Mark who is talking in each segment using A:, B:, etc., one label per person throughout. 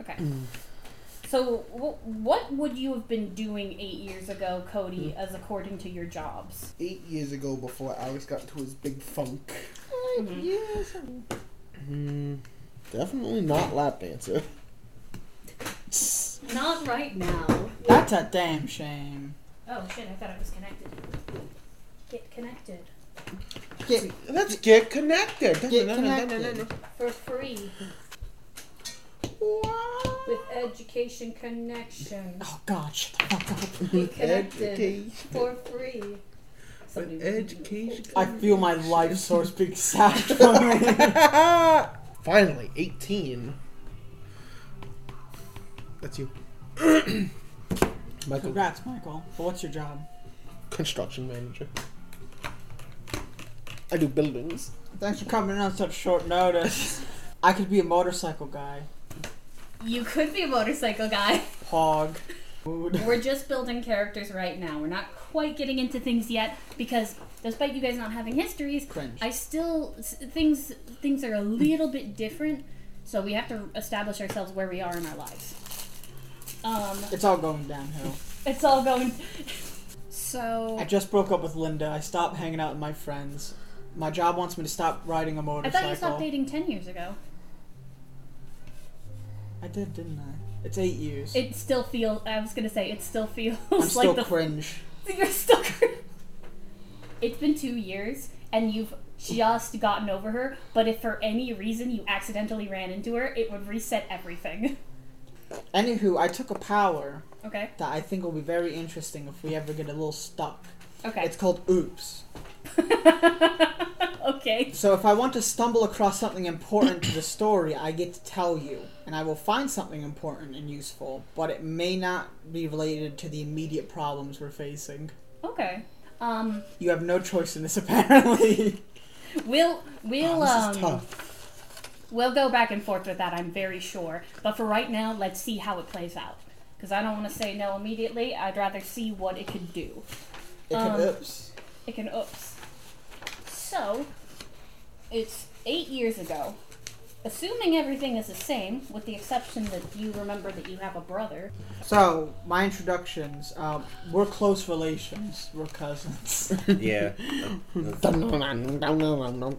A: Okay. So, wh- what would you have been doing eight years ago, Cody, as according to your jobs?
B: Eight years ago, before Alex got into his big funk. Mm-hmm.
A: Mhm.
C: Yes.
B: Mm, definitely not lap dancer.
D: Not right now.
C: That's a damn shame.
A: Oh shit! I thought it was connected. Get connected
C: Get,
B: Let's get connected.
C: Get connected.
D: For free.
B: What?
D: With education connection.
C: oh God, shut the fuck up.
D: Get connected.
B: Education.
D: For free.
B: With
D: Somebody-
B: education.
C: I feel my life source being sapped from me.
B: Finally, 18. That's you. Michael,
C: Congrats, Michael. But what's your job?
B: construction manager. I do buildings.
C: Thanks for coming on such short notice. I could be a motorcycle guy.
A: You could be a motorcycle guy.
C: Hog. Food.
A: We're just building characters right now. We're not quite getting into things yet because, despite you guys not having histories,
C: Cringe.
A: I still s- things things are a little bit different. So we have to establish ourselves where we are in our lives. Um,
C: It's all going downhill.
A: it's all going.
C: I
A: So
C: just broke up with Linda. I stopped hanging out with my friends. My job wants me to stop riding a
A: I
C: motorcycle.
A: thought you stopped dating ten years ago.
C: I did, didn't I? It's eight years.
A: It still feels. I was gonna say it still feels
C: I'm
A: like
C: still
A: the
C: cringe.
A: You're still. cr- It's been two years, and you've just gotten over her. But if for any reason you accidentally ran into her, it would reset everything.
C: Anywho, I took a power
A: Okay.
C: that I think will be very interesting if we ever get a little stuck.
A: Okay.
C: It's called Oops.
A: okay.
C: So if I want to stumble across something important to the story, I get to tell you, and I will find something important and useful, but it may not be related to the immediate problems we're facing.
A: Okay. Um.
C: You have no choice in this, apparently.
A: We'll we'll
B: Wow, Oh, this is
A: um
B: tough.
A: we'll go back and forth with that. I'm very sure. But for right now, let's see how it plays out. Because I don't want to say no immediately. I'd rather see what it could do.
C: It can
A: Um,
C: oops.
A: It can oops. So, it's eight years ago. Assuming everything is the same, with the exception that you remember that you have a brother.
C: So my introductions. Um, we're close relations. We're cousins.
E: Yeah. That's,
B: That's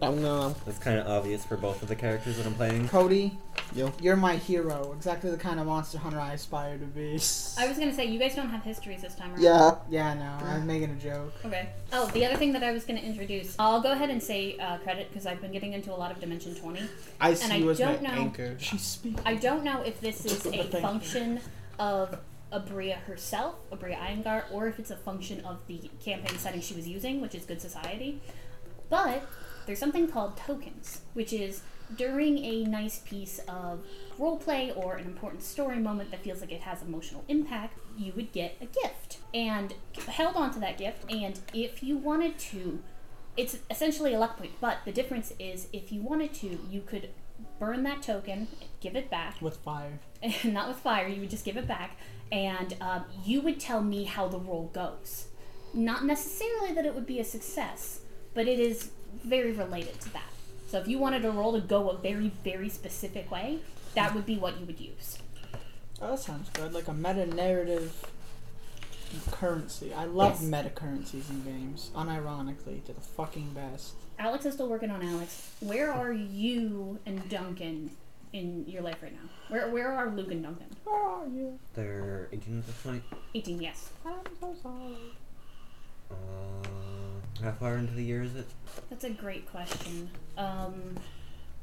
E: that's kind of obvious for both of the characters that I'm playing.
C: Cody,
B: Yo.
C: you're my hero. Exactly the kind of monster hunter I aspire to be.
A: I was gonna say, you guys don't have histories this time around.
B: Yeah.
C: Yeah, no, I'm making a joke.
A: Okay. Oh, the other thing that I was gonna introduce, I'll go ahead and say uh, credit because I've been getting into a lot of Dimension 20.
B: I see
A: I
B: you as my
A: don't know-
B: anchor.
C: She's speaking.
A: I don't know if this is
C: Thank
A: a
C: you.
A: function of Abria herself, Abria Iyengar, or if it's a function of the campaign setting she was using, which is Good Society. But there's something called tokens, which is during a nice piece of roleplay or an important story moment that feels like it has emotional impact, you would get a gift and held onto that gift. And if you wanted to, it's essentially a luck point, but the difference is if you wanted to, you could burn that token, give it back,
C: With fire.
A: not with fire, you would just give it back, and um, you would tell me how the roll goes. Not necessarily that it would be a success, but it is very related to that. So if you wanted a roll to go a very, very specific way, that would be what you would use.
C: Oh, that sounds good. Like a meta narrative currency. I love
A: Yes.
C: meta currencies in games. Unironically, to the fucking best.
A: Alex is still working on Alex. Where are you and Duncan in your life right now? Where Where are Luke and Duncan?
C: Where are you?
E: They're 18 at this point.
A: 18, yes.
C: I'm so sorry.
E: Uh, how far into the year is it?
A: That's a great question. Um,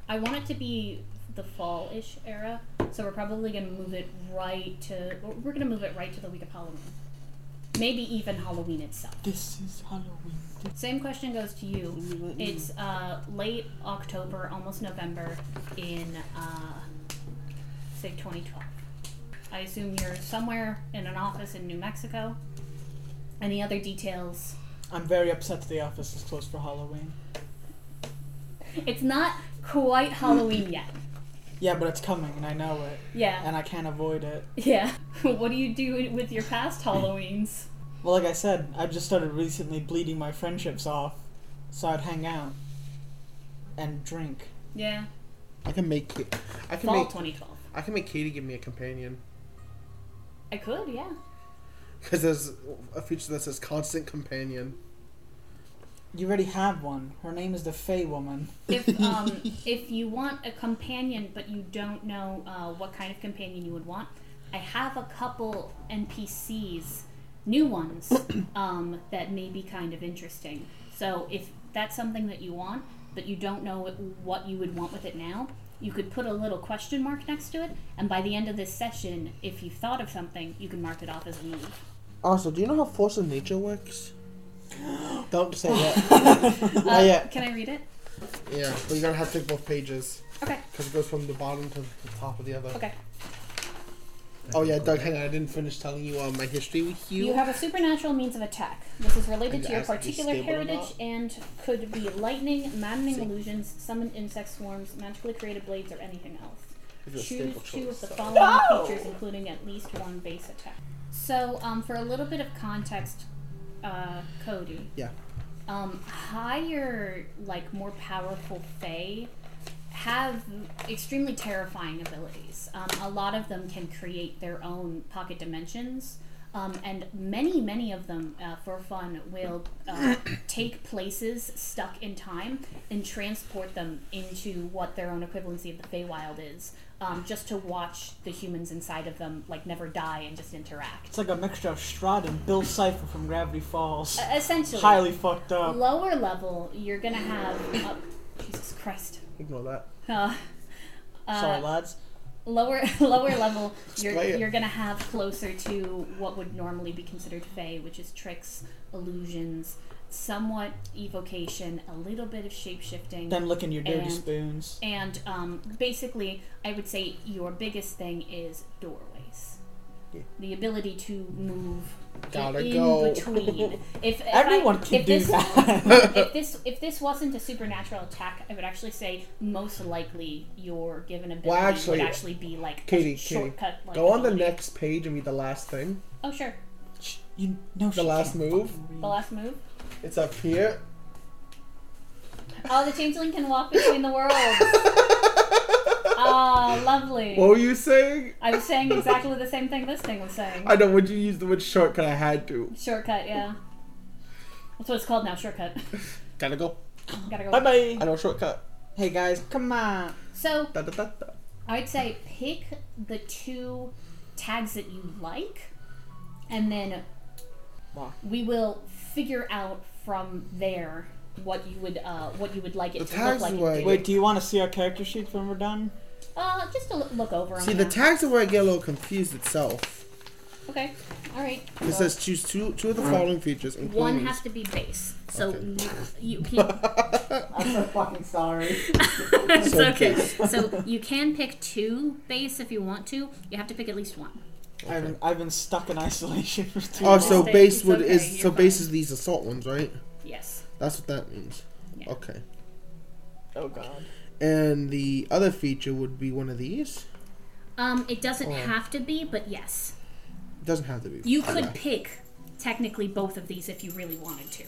A: I want it to be the fall-ish era, so we're probably gonna move it right to. We're gonna move it right to the week of Halloween, maybe even Halloween itself.
C: This is Halloween.
A: Same question goes to you. It's uh, late October, almost November, in uh, say 2012. I assume you're somewhere in an office in New Mexico. Any other details?
C: I'm very upset that the office is closed for Halloween.
A: It's not quite Halloween yet.
C: Yeah, but it's coming and I know it.
A: Yeah.
C: And I can't avoid it.
A: Yeah. what do you do with your past Halloweens?
C: Well, like I said, I just started recently bleeding my friendships off, so I'd hang out and drink.
A: Yeah.
B: I can make it. I can
A: Fall
B: make.
A: 2012.
B: I can make Katie give me a companion
A: I could, yeah.
B: because there's a feature that says constant companion.
C: You already have one. Her name is the Fey Woman.
A: If um, if you want a companion but you don't know uh, what kind of companion you would want, I have a couple NPCs, new ones, um, that may be kind of interesting. So if that's something that you want but you don't know what- what you would want with it now, you could put a little question mark next to it, and by the end of this session, if you thought of something, you can mark it off as a move.
B: Also, Ah, do you know how force of nature works? Don't say that. Not yet.
A: Uh, Can I read it?
B: Yeah, but you're gonna have to take both pages
A: Okay.
B: because it goes from the bottom to the top of the other.
A: Okay.
B: Oh yeah, Doug, hang on. I didn't finish telling you uh, my history with you.
A: You have a supernatural means of attack. This is related
B: And
A: to your
B: ask if it's
A: particular
B: stable or
A: heritage
B: not.
A: and could be lightning, maddening
B: See.
A: illusions, summon insect swarms, magically created blades, or anything else.
B: If you're a
A: Choose
B: stable
A: two of
B: choice,
A: the
B: so-
A: following features, including at least one base attack. So, um, for a little bit of context, uh, Cody.
B: Yeah.
A: Um, higher, like more powerful Fae have extremely terrifying abilities. Um, a lot of them can create their own pocket dimensions, um, and many, many of them, uh, for fun, will uh, take places stuck in time and transport them into what their own equivalency of the Feywild is, um, just to watch the humans inside of them like never die and just interact.
C: It's like a mixture of Strahd and Bill Cipher from Gravity Falls.
A: Uh, essentially,
C: Highly fucked up.
A: lower level, you're gonna have. Uh, Jesus Christ.
B: Ignore that.
A: Uh, uh,
C: Sorry, lads.
A: lower lower level you're,
B: play it.
A: you're gonna have closer to what would normally be considered fey which is tricks illusions somewhat evocation a little bit of shapeshifting
C: Them licking your dirty
A: And-
C: spoons.
A: and um, basically i would say your biggest thing is doorways
B: Yeah.
A: the ability to move
B: Gotta
A: in
B: go.
A: between if, if I-
C: Everyone can
A: if
C: do
A: this,
C: that.
A: if this if this wasn't a supernatural attack, I would actually say most likely your given ability
B: Well, actually-
A: would actually be like a
B: Katie, Katie,
A: shortcut. Like,
B: Go on the
A: ability.
B: next page and read the last thing.
A: Oh sure,
C: Sh- you know
B: The last move.
A: the last move.
B: It's up here.
A: Oh, the changeling can walk between the worlds. Ah, lovely.
B: What were you saying?
A: I was saying exactly the same thing this thing was saying.
B: I know. Would you use the word shortcut? I had to.
A: Shortcut, yeah. That's what it's called now. Shortcut.
B: Gotta go.
A: Gotta go.
C: Bye bye.
B: I know shortcut.
C: Hey guys, come on.
A: So
B: Da da da da.
A: I'd say pick the two tags that you like, and then
C: Wow.
A: we will figure out from there what you would uh, what you would like it
B: The
A: to look
B: tags
A: like. and
B: were-
A: do.
C: Wait, do you want to see our character sheets when we're done?
A: uh, just to loo- look over. 'em
B: See, the
A: now.
B: tags are where I get a little confused itself.
A: Okay, all right.
B: It
A: so-
B: says choose two two of the following features, including
A: One has to be base. So
B: Okay.
A: n- you can.
C: I'm so fucking sorry.
A: it's
B: So
A: okay. so you can pick two base if you want to. You have to pick at least one.
C: I've been, I've been stuck in isolation for two
B: Oh,
C: months.
B: so
A: It's
B: base would
A: okay,
B: is so
A: you're
B: base
A: fine.
B: is these assault ones, right?
A: Yes.
B: That's what that means.
A: Yeah.
B: Okay.
C: Oh god.
B: And the other feature would be one of these.
A: Um, it doesn't
B: Oh.
A: have to be, but yes,
B: It doesn't have to be.
A: you could
B: Yeah.
A: pick technically both of these if you really wanted to.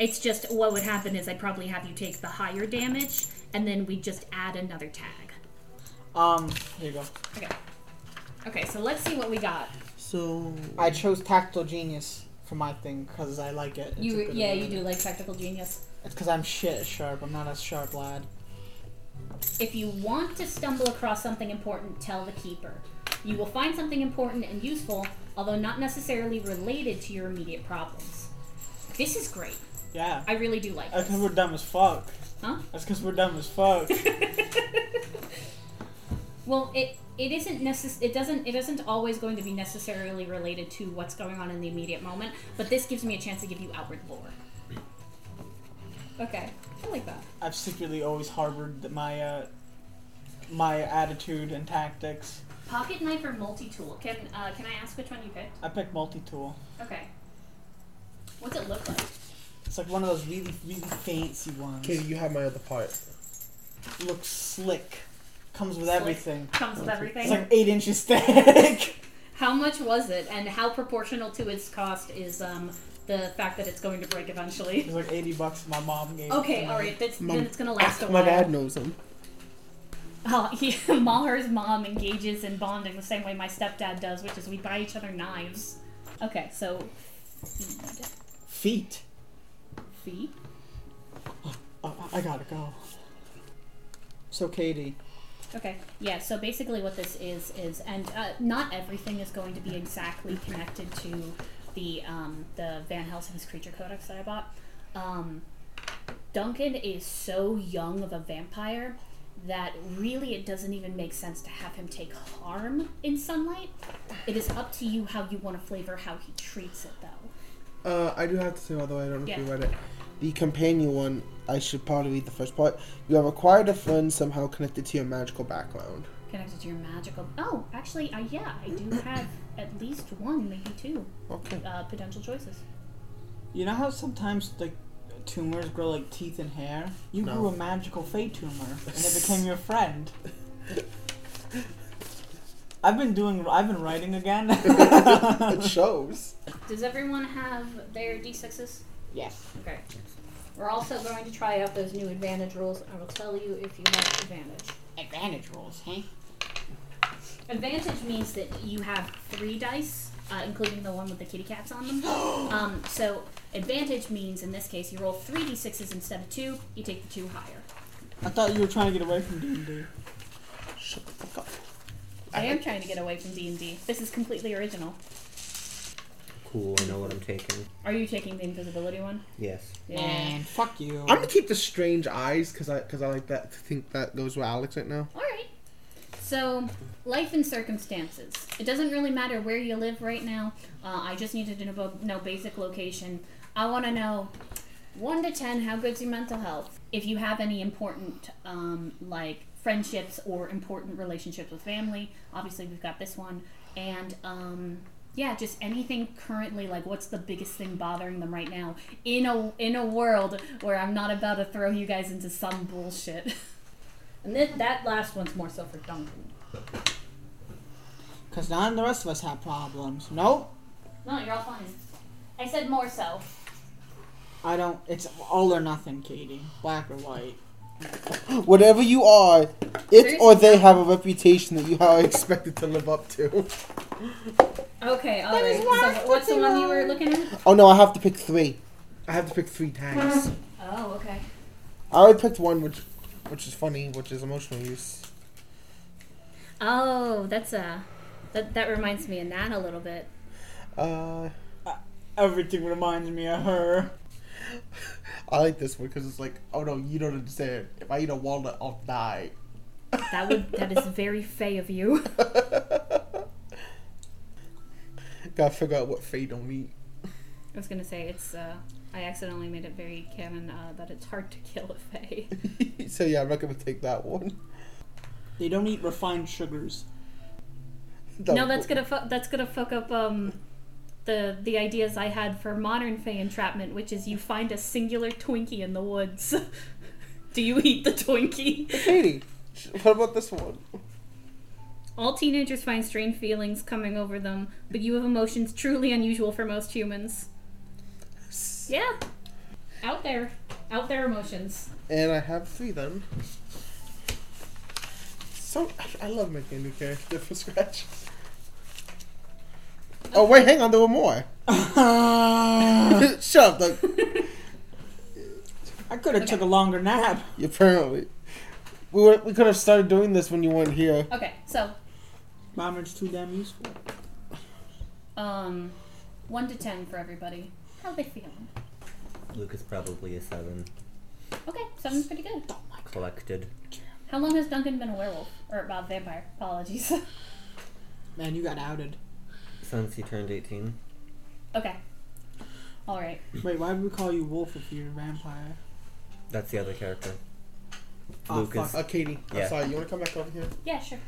A: It's just what would happen is I'd probably have you take the higher damage, and then we just add another tag.
C: Um, here you go.
A: Okay. Okay, so let's see what we got.
B: So
C: I chose Tactical Genius for my thing because I like it. It's a
A: You
C: good
A: yeah, you
C: ability.
A: do like tactical genius.
C: It's because I'm shit at sharp. I'm not a sharp lad.
A: If you want to stumble across something important, tell the keeper. You will find something important and useful, although not necessarily related to your immediate problems. This is great.
C: Yeah.
A: I really do like
C: That's because
A: this.
C: we're dumb as fuck.
A: Huh?
C: That's because we're dumb as fuck.
A: well, it it isn't necess- it doesn't it isn't always going to be necessarily related to what's going on in the immediate moment, but this gives me a chance to give you outward lore. Okay, I like that.
C: I've secretly always harbored th- my uh, my attitude and tactics.
A: Pocket knife or multi tool? Can uh, can I ask which one you picked?
C: I picked multi-tool.
A: Okay. What's it look like?
C: It's like one of those really, really fancy ones.
B: Katie, you have my other part.
C: Looks slick. Comes with
A: Slick.
C: everything.
A: Comes with everything.
C: It's like eight inches thick.
A: How much was it, and how proportional to its cost is um, the fact that it's going to break eventually?
C: it's like eighty bucks. My mom gave. it
A: Okay, uh
C: to
A: all
C: me.
A: right, that's,
B: Mom-
A: then it's gonna last a
B: My
A: while.
B: dad knows them.
A: Uh, he, Maher's mom engages in bonding the same way my stepdad does, which is we buy each other knives. Okay, so feed,
C: Feet.
A: feed.
C: Uh, I gotta go. So, Katie.
A: Okay. Yeah. So basically, what this is is, and uh, not everything is going to be exactly connected to the um, the Van Helsing's Creature Codex that I bought. Um, Duncan is so young of a vampire that really it doesn't even make sense to have him take harm in sunlight. It is up to you how you want to flavor how he treats it, though.
B: Uh, I do have to say, by the way, I don't know if
A: Yeah.
B: you read it. The companion one, I should probably read the first part. You have acquired a friend somehow connected to your magical background.
A: Connected to your magical. Oh, actually, I yeah, I do have at least one, maybe two
B: Okay.
A: uh, potential choices.
C: You know how sometimes like tumors grow like teeth and hair? You
B: No.
C: grew a magical fey tumor, and it became your friend. I've been doing. I've been writing again.
B: it shows.
A: Does everyone have their d6s?
D: Yes.
A: Okay.
D: We're also going to try out those new advantage rules. I will tell you if you have advantage.
C: Advantage rolls, hey?
A: Advantage means that you have three dice, uh, including the one with the kitty cats on them. um, so advantage means in this case you roll three d6s instead of two. You take the two higher.
C: I thought you were trying to get away from D and D.
B: Shut the fuck up.
A: I am trying to get away from D and D. This is completely original.
E: Cool, I know what I'm taking.
A: Are you taking the invisibility one?
E: Yes.
C: Man, fuck you.
B: I'm gonna keep the strange eyes because I because I like that. Think that goes with Alex right now.
A: All right. So, life and circumstances. It doesn't really matter where you live right now. Uh, I just needed to know, know basic location. I want to know one to ten. How good's your mental health? If you have any important, um, like friendships or important relationships with family. Obviously, we've got this one, and um, yeah, just anything currently. Like, what's the biggest thing bothering them right now in a in a world where I'm not about to throw you guys into some bullshit.
D: And then that last one's more so for Duncan.
C: Cause none of the rest of us have problems. Nope.
A: No, you're all fine. I said more so.
C: I don't. It's all or nothing, Katie. Black or white.
B: Whatever you are, it
A: There's-
B: or they have a reputation that you are expected to live up to.
A: Okay, all
C: There
A: right.
C: is one
A: So what's the
C: fucking
A: one you were
C: wrong.
A: looking at?
B: Oh no, I have to pick three. I have to pick three tags.
A: Oh, okay.
B: I already picked one, which which is funny, which is emotional use.
A: Oh, that's a. That, that reminds me of Nat a little bit.
B: Uh,
C: Everything reminds me of her.
B: I like this one because it's like, oh no, you don't understand. If I eat a walnut, I'll die.
A: That would that is very fey of you.
B: Gotta figure out what fate don't eat.
A: I was gonna say it's. uh I accidentally made it very canon uh, that it's hard to kill a fey.
B: so yeah, I'm not gonna take that one.
C: They don't eat refined sugars.
A: no, that's gonna fu- that's gonna fuck up um the the ideas I had for modern fey entrapment, which is you find a singular Twinkie in the woods. Do you eat the Twinkie?
B: Katie. sh- What about this one?
A: All teenagers find strange feelings coming over them, but you have emotions truly unusual for most humans. Yeah. Out there. Out there emotions.
B: And I have three then. So I- I love making a new character from scratch. Oh wait, hang on, there were more. Shut up, like
C: I could have took a longer nap.
B: apparently. We were, we could have started doing this when you weren't here.
A: Okay, so,
C: Mommer's too damn useful.
A: um, 1 to 10 for everybody. How they feeling?
E: Luke is probably a seven.
A: Okay, 7's pretty good.
E: Collected.
A: How long has Duncan been a werewolf? Or, uh, vampire. Apologies.
C: Man, you got outed.
E: Since he turned 18.
A: okay. Alright.
C: Wait, why would we call you Wolf if you're a vampire?
E: That's the other character.
C: Oh,
E: Luke is-
B: Uh, Katie,
E: Yeah.
B: I'm sorry. You want to come back over here?
A: Yeah, sure.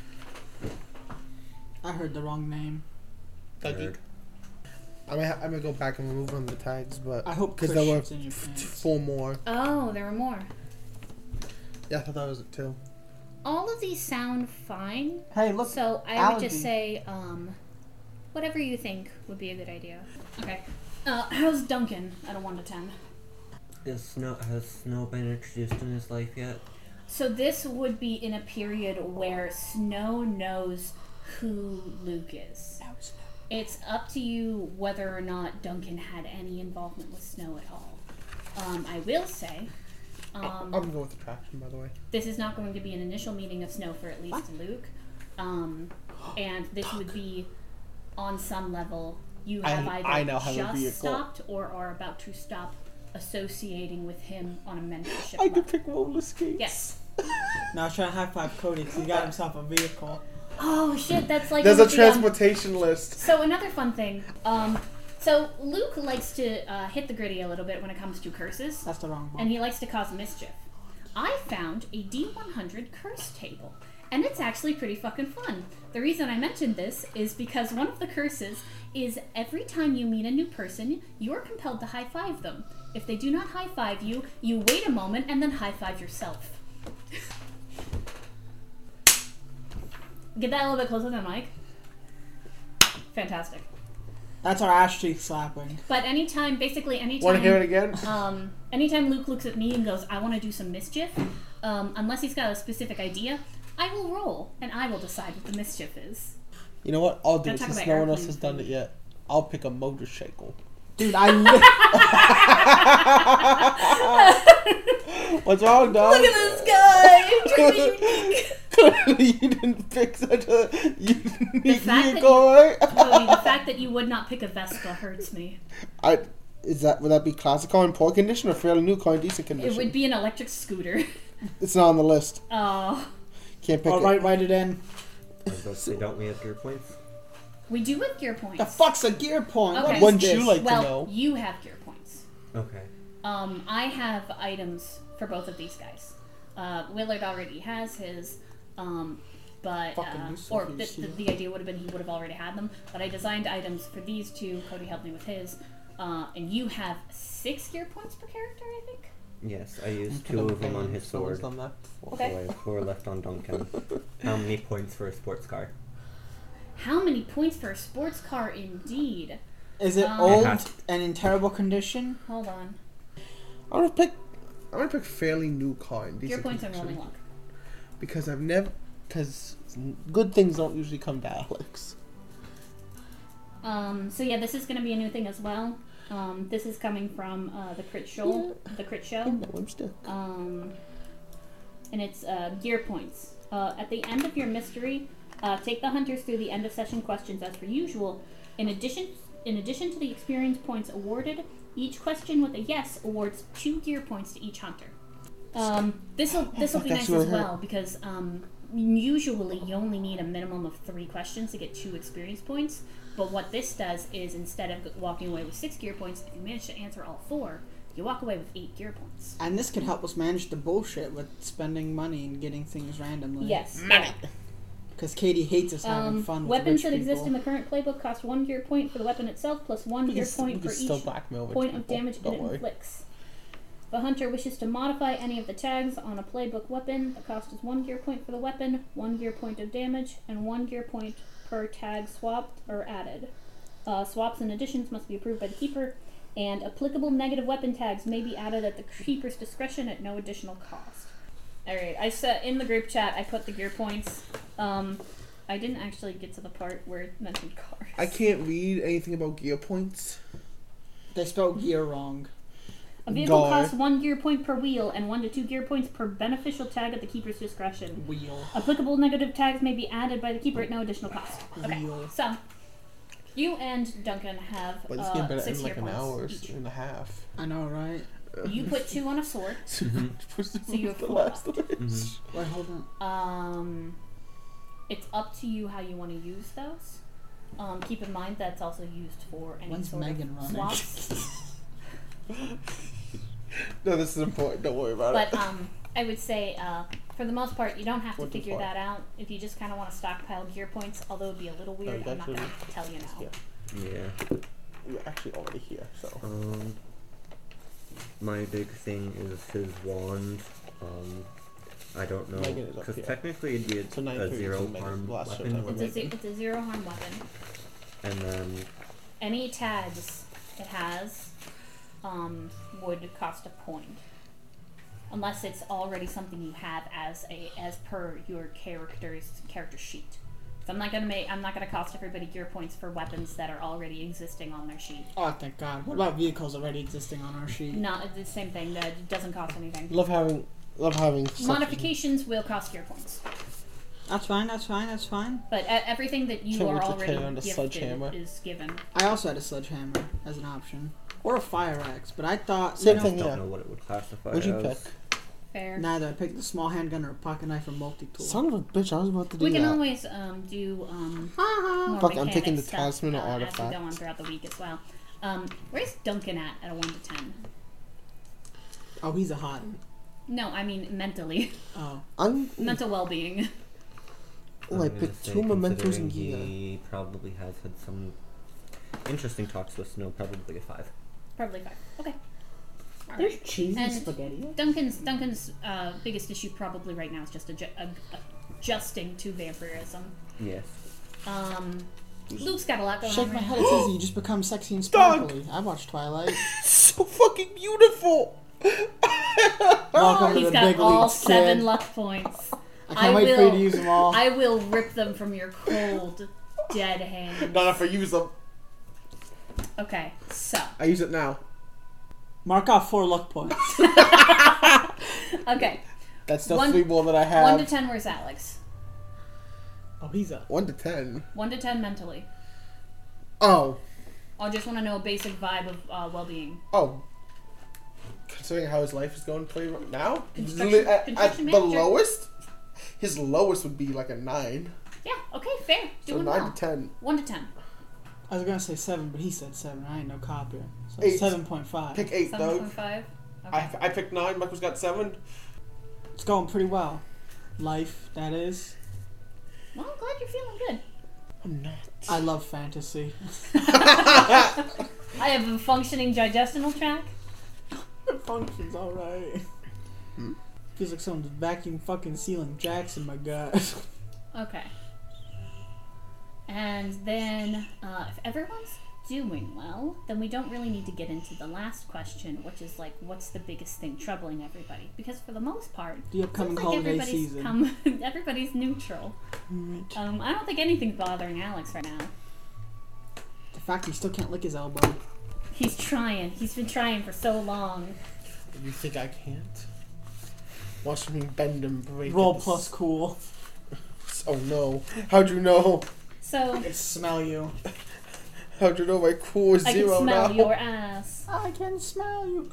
C: I heard the wrong name.
B: Dougie.
E: Nerd.
B: I'm gonna, ha- I'm gonna go back and remove one of the tags, but
C: I hope
B: because
C: Chris
B: there were
C: shits in your pants.
B: four more.
A: Oh, there were more.
B: Yeah, I thought that was it too.
A: All of these sound fine.
C: Hey, look.
A: So I would
C: Allergy.
A: just say, um, whatever you think would be a good idea. Okay. Uh, how's Duncan at a one to ten?
E: Is snow, has snow been introduced in his life yet?
A: So this would be in a period where Snow knows who Luke is. It's up to you whether or not Duncan had any involvement with Snow at all. Um, I will say, um,
B: I'm going with attraction, by the way.
A: this is not going to be an initial meeting of Snow for at least Luke. Um, and this would be, on some level, you
B: I-
A: have either
B: I know how to
A: just
B: be a goal.
A: stopped or are about to stop associating with him on a mentorship
B: I
A: level.
B: could pick roller skates.
A: Yes.
C: Now I was trying to high five Cody because he got himself a vehicle.
A: Oh shit, that's like
B: There's a
A: would be on-
B: transportation list.
A: So another fun thing. Um, so Luke likes to uh, hit the gritty a little bit when it comes to curses,
C: That's the wrong one.
A: and he likes to cause mischief. I found a D100 curse table, and it's actually pretty fucking fun. The reason I mentioned this is because one of the curses is every time you meet a new person, you are compelled to high five them. If they do not high five you, you wait a moment and then high five yourself. Get that a little bit closer to the mic. Fantastic.
C: That's our ass cheek slapping.
A: But anytime, basically anytime.
B: Want to hear it again?
A: Um, anytime Luke looks at me and goes, "I want to do some mischief," um, unless he's got a specific idea, I will roll and I will decide what the mischief is.
B: You know what? I'll do
A: Don't
B: it
A: talk
B: since
A: about
B: no one else
A: airplanes.
B: has done it yet. I'll pick a motorcycle.
C: Dude, I li-
B: What's wrong, dog?
A: Look at this guy! You're truly unique.
B: Clearly, you didn't pick such a unique
A: fact that
B: vehicle, right?
A: Cody, the fact that you would not pick a Vespa hurts me.
B: I, is that would that be classic car in poor condition or fairly new car in decent
A: It
B: condition?
A: would be an electric scooter.
B: It's not on the list.
A: Oh,
B: Can't pick
C: All
B: it.
C: right, write it in.
E: Let's say, don't we have gear points?
A: we do have gear points.
C: The fuck's a gear point?
A: Okay.
C: What
B: Wouldn't
C: is this?
B: you like to
A: well,
B: know?
A: you have gear points.
E: Okay.
A: Um, I have items for both of these guys. Uh, Willard already has his, um, but
C: Fucking
A: uh,
C: useless
A: or
C: when
A: the,
C: you see
A: the,
C: them.
A: the idea would have been he would have already had them. But I designed items for these two. Cody helped me with his, uh, and you have six gear points per character, I think.
E: Yes, I used two of them on his sword. So I
A: Okay.
E: have four left on Duncan. How many points for a sports car?
A: How many points for a sports car, indeed?
C: Is it
A: Um,
C: old
E: It has-
C: and in terrible condition?
A: Hold on,
B: I'm gonna pick. I'm gonna pick fairly new car in decent
A: gear points are
B: condition
A: rolling luck.
B: because I've never because good things don't usually come to Alex.
A: Um, so yeah, this is going to be a new thing as well. Um, this is coming from uh, the crit show. The crit
B: I
A: show.
B: know I'm still.
A: Um, and it's uh, gear points. Uh, at the end of your mystery, uh, take the hunters through the end of session questions as per usual. In addition, in addition to the experience points awarded, each question with a yes awards two gear points to each hunter. Um, this will this will be
B: That's
A: nice as
B: really hurt.
A: well because um, usually you only need a minimum of three questions to get two experience points. But what this does is instead of walking away with six gear points, if you manage to answer all four, you walk away with eight gear points.
C: And this could help us manage the bullshit with spending money and getting things randomly.
A: Yes.
C: Because Katie hates us having
A: Um,
C: fun with
A: weapons
C: rich
A: that exist
C: people.
A: in the current playbook cost one gear point for the weapon itself, plus one
B: We
A: gear
B: can s- we
A: point
B: can
A: for
B: still
A: each
B: blackmail rich
A: point of
B: people.
A: damage it
B: Don't worry.
A: inflicts. If a hunter wishes to modify any of the tags on a playbook weapon, the cost is one gear point for the weapon, one gear point of damage, and one gear point per tag swapped or added. Uh, swaps and additions must be approved by the keeper, and applicable negative weapon tags may be added at the keeper's discretion at no additional cost. All right, I set in the group chat. I put the gear points. Um, I didn't actually get to the part where it mentioned cars.
B: I can't read anything about gear points.
C: They spelled gear wrong.
A: A vehicle
B: Gar.
A: costs one gear point per wheel and one to two gear points per beneficial tag at the keeper's discretion.
C: Wheel.
A: Applicable negative tags may be added by the keeper at no additional cost. Okay,
C: Wheel.
A: so you and Duncan have
B: But it's
A: uh,
B: getting better
A: six
B: in like
A: gear
B: an hour or
A: points
B: s-
A: each.
B: and a half.
C: I know, right?
A: You put two on a sword.
B: So
A: you have
B: the
A: four
B: last Mm-hmm.
A: left.
B: list.
C: Wait, hold on.
A: Um, it's up to you how you want to use those. Um, keep in mind that's also used for any
C: When's
A: sort
C: Megan
A: of
C: running?
A: swaps.
B: No, this is important. Don't worry about
A: but
B: it.
A: um, I would say uh, for the most part, you don't have to
B: Fourteen
A: figure
B: four.
A: that out if you just kind of want to stockpile gear points. Although it'd be a little weird.
B: it's
A: I'm not
B: actually-
A: gonna tell you now.
B: yeah.
E: Yeah.
B: We're actually already here, so.
E: Um, my big thing is his wand. Um, I don't know
B: Megan is up
E: because
B: here.
E: technically it'd be a,
B: So now you're
E: a
B: using
E: zero
B: Megan.
E: harm
B: Last
E: weapon,
B: showtime.
A: It's
E: wouldn't
A: a,
E: it?
A: ze- it's a zero harm weapon.
E: and then
A: Any tags it has um, would cost a point. unless it's already something you have as a as per your character's character sheet. So I'm not gonna make I'm not gonna cost everybody gear points for weapons that are already existing on their sheet.
C: Oh, thank God. What about vehicles already existing on our sheet?
A: Not the same thing. That doesn't cost anything.
B: Love having, love having. stuff-
A: Modifications will cost gear points,
C: That's fine. That's fine. That's fine.
A: but uh, everything that you
B: Can't
A: are
B: wait to
A: already
B: carry on the sledgehammer.
A: gifted is given.
C: I also had a sledgehammer as an option, or a fire axe. But I thought you
B: Same
C: know,
B: thing.
E: I don't
B: Yeah.
E: know what it would classify
B: What'd you
E: as.
B: pick?
A: Fair.
C: Neither. I picked the small handgun or a pocket knife or multi tool.
B: Son of a bitch! I was about to do
A: We can
B: that.
A: always um, do um, more
B: Fuck, I'm
A: mechanic
B: taking the
A: stuff,
B: talisman or
A: uh, As we
B: artifact.
A: go on throughout the week as well. Um, where's Duncan at at a one to ten?
C: Oh, he's a hot.
A: No, I mean mentally,
C: Oh,
B: I'm
A: mental well-being.
E: I'm
B: like
E: gonna
B: pick
E: say
B: two mementos
E: considering
B: and gear.
E: He probably has had some interesting talks with Snow. Probably a five.
A: Probably five. Okay. All
D: There's
A: right.
D: cheese and
A: And-
D: spaghetti.
A: Duncan's Duncan's uh, biggest issue probably right now is just adju- ad- adjusting to vampirism.
E: Yes.
A: Um, Luke's got a lot going
C: shake
A: on.
C: my
A: right
C: head.
A: now.
C: It's easy. You just become sexy and
B: Dog.
C: sparkly. I watch Twilight.
B: so fucking beautiful.
C: Welcome to
A: He's
C: the
A: got
C: big
A: all
C: leagues,
A: seven
C: kid.
A: luck points.
C: I can't wait for you to use them all.
A: I will rip them from your cold, dead hand.
B: Not if I use them.
A: Okay, so
B: I use it now.
C: Mark off four luck points.
A: okay,
B: That's still
A: One-
B: three more that I
C: Uh,
B: have.
A: one to ten. Where's Alex?
C: oh, he's a.
B: One to ten.
A: One to ten mentally.
B: Oh,
A: I just want to know a basic vibe of uh, well-being.
B: oh. Considering how his life is going, play right now.
A: Construction-
B: Li- at, at
A: construction
B: the
A: manager.
B: lowest, his lowest would be like a nine.
A: Yeah. Okay. Fair.
B: So
A: Doing
B: nine
A: well.
B: to ten.
A: One to ten.
C: I was gonna say seven, but he said seven. I ain't no copier. So
B: Eight.
C: seven point five.
B: Pick eight
A: Seven
B: though.
A: point five. Okay.
B: I, I picked nine. Michael's got seven.
C: It's going pretty well. Life, that is.
A: Well, I'm glad you're feeling good.
B: I'm not.
C: I love fantasy.
A: I have a functioning digestional tract.
C: It functions alright. Feels like someone's vacuum fucking sealing Jackson, my god.
A: Okay. And then, uh, if everyone's doing well, then we don't really need to get into the last question, which is like, what's the biggest thing troubling everybody? Because for the most part,
C: The
A: seems
C: upcoming
A: like
C: holiday
A: everybody's
C: season.
A: come- everybody's neutral. Um, I don't think anything's bothering Alex right now.
C: The fact he still can't lick his elbow.
A: He's trying. He's been trying for so long.
B: You think I can't? Watch me bend and break.
C: Roll
B: at the
C: plus cool.
B: s- Oh no! How'd you know?
A: So
C: It smell you.
B: How'd you know my cool is
A: I can
B: zero
A: smell
B: now?
A: your ass.
C: I can smell you.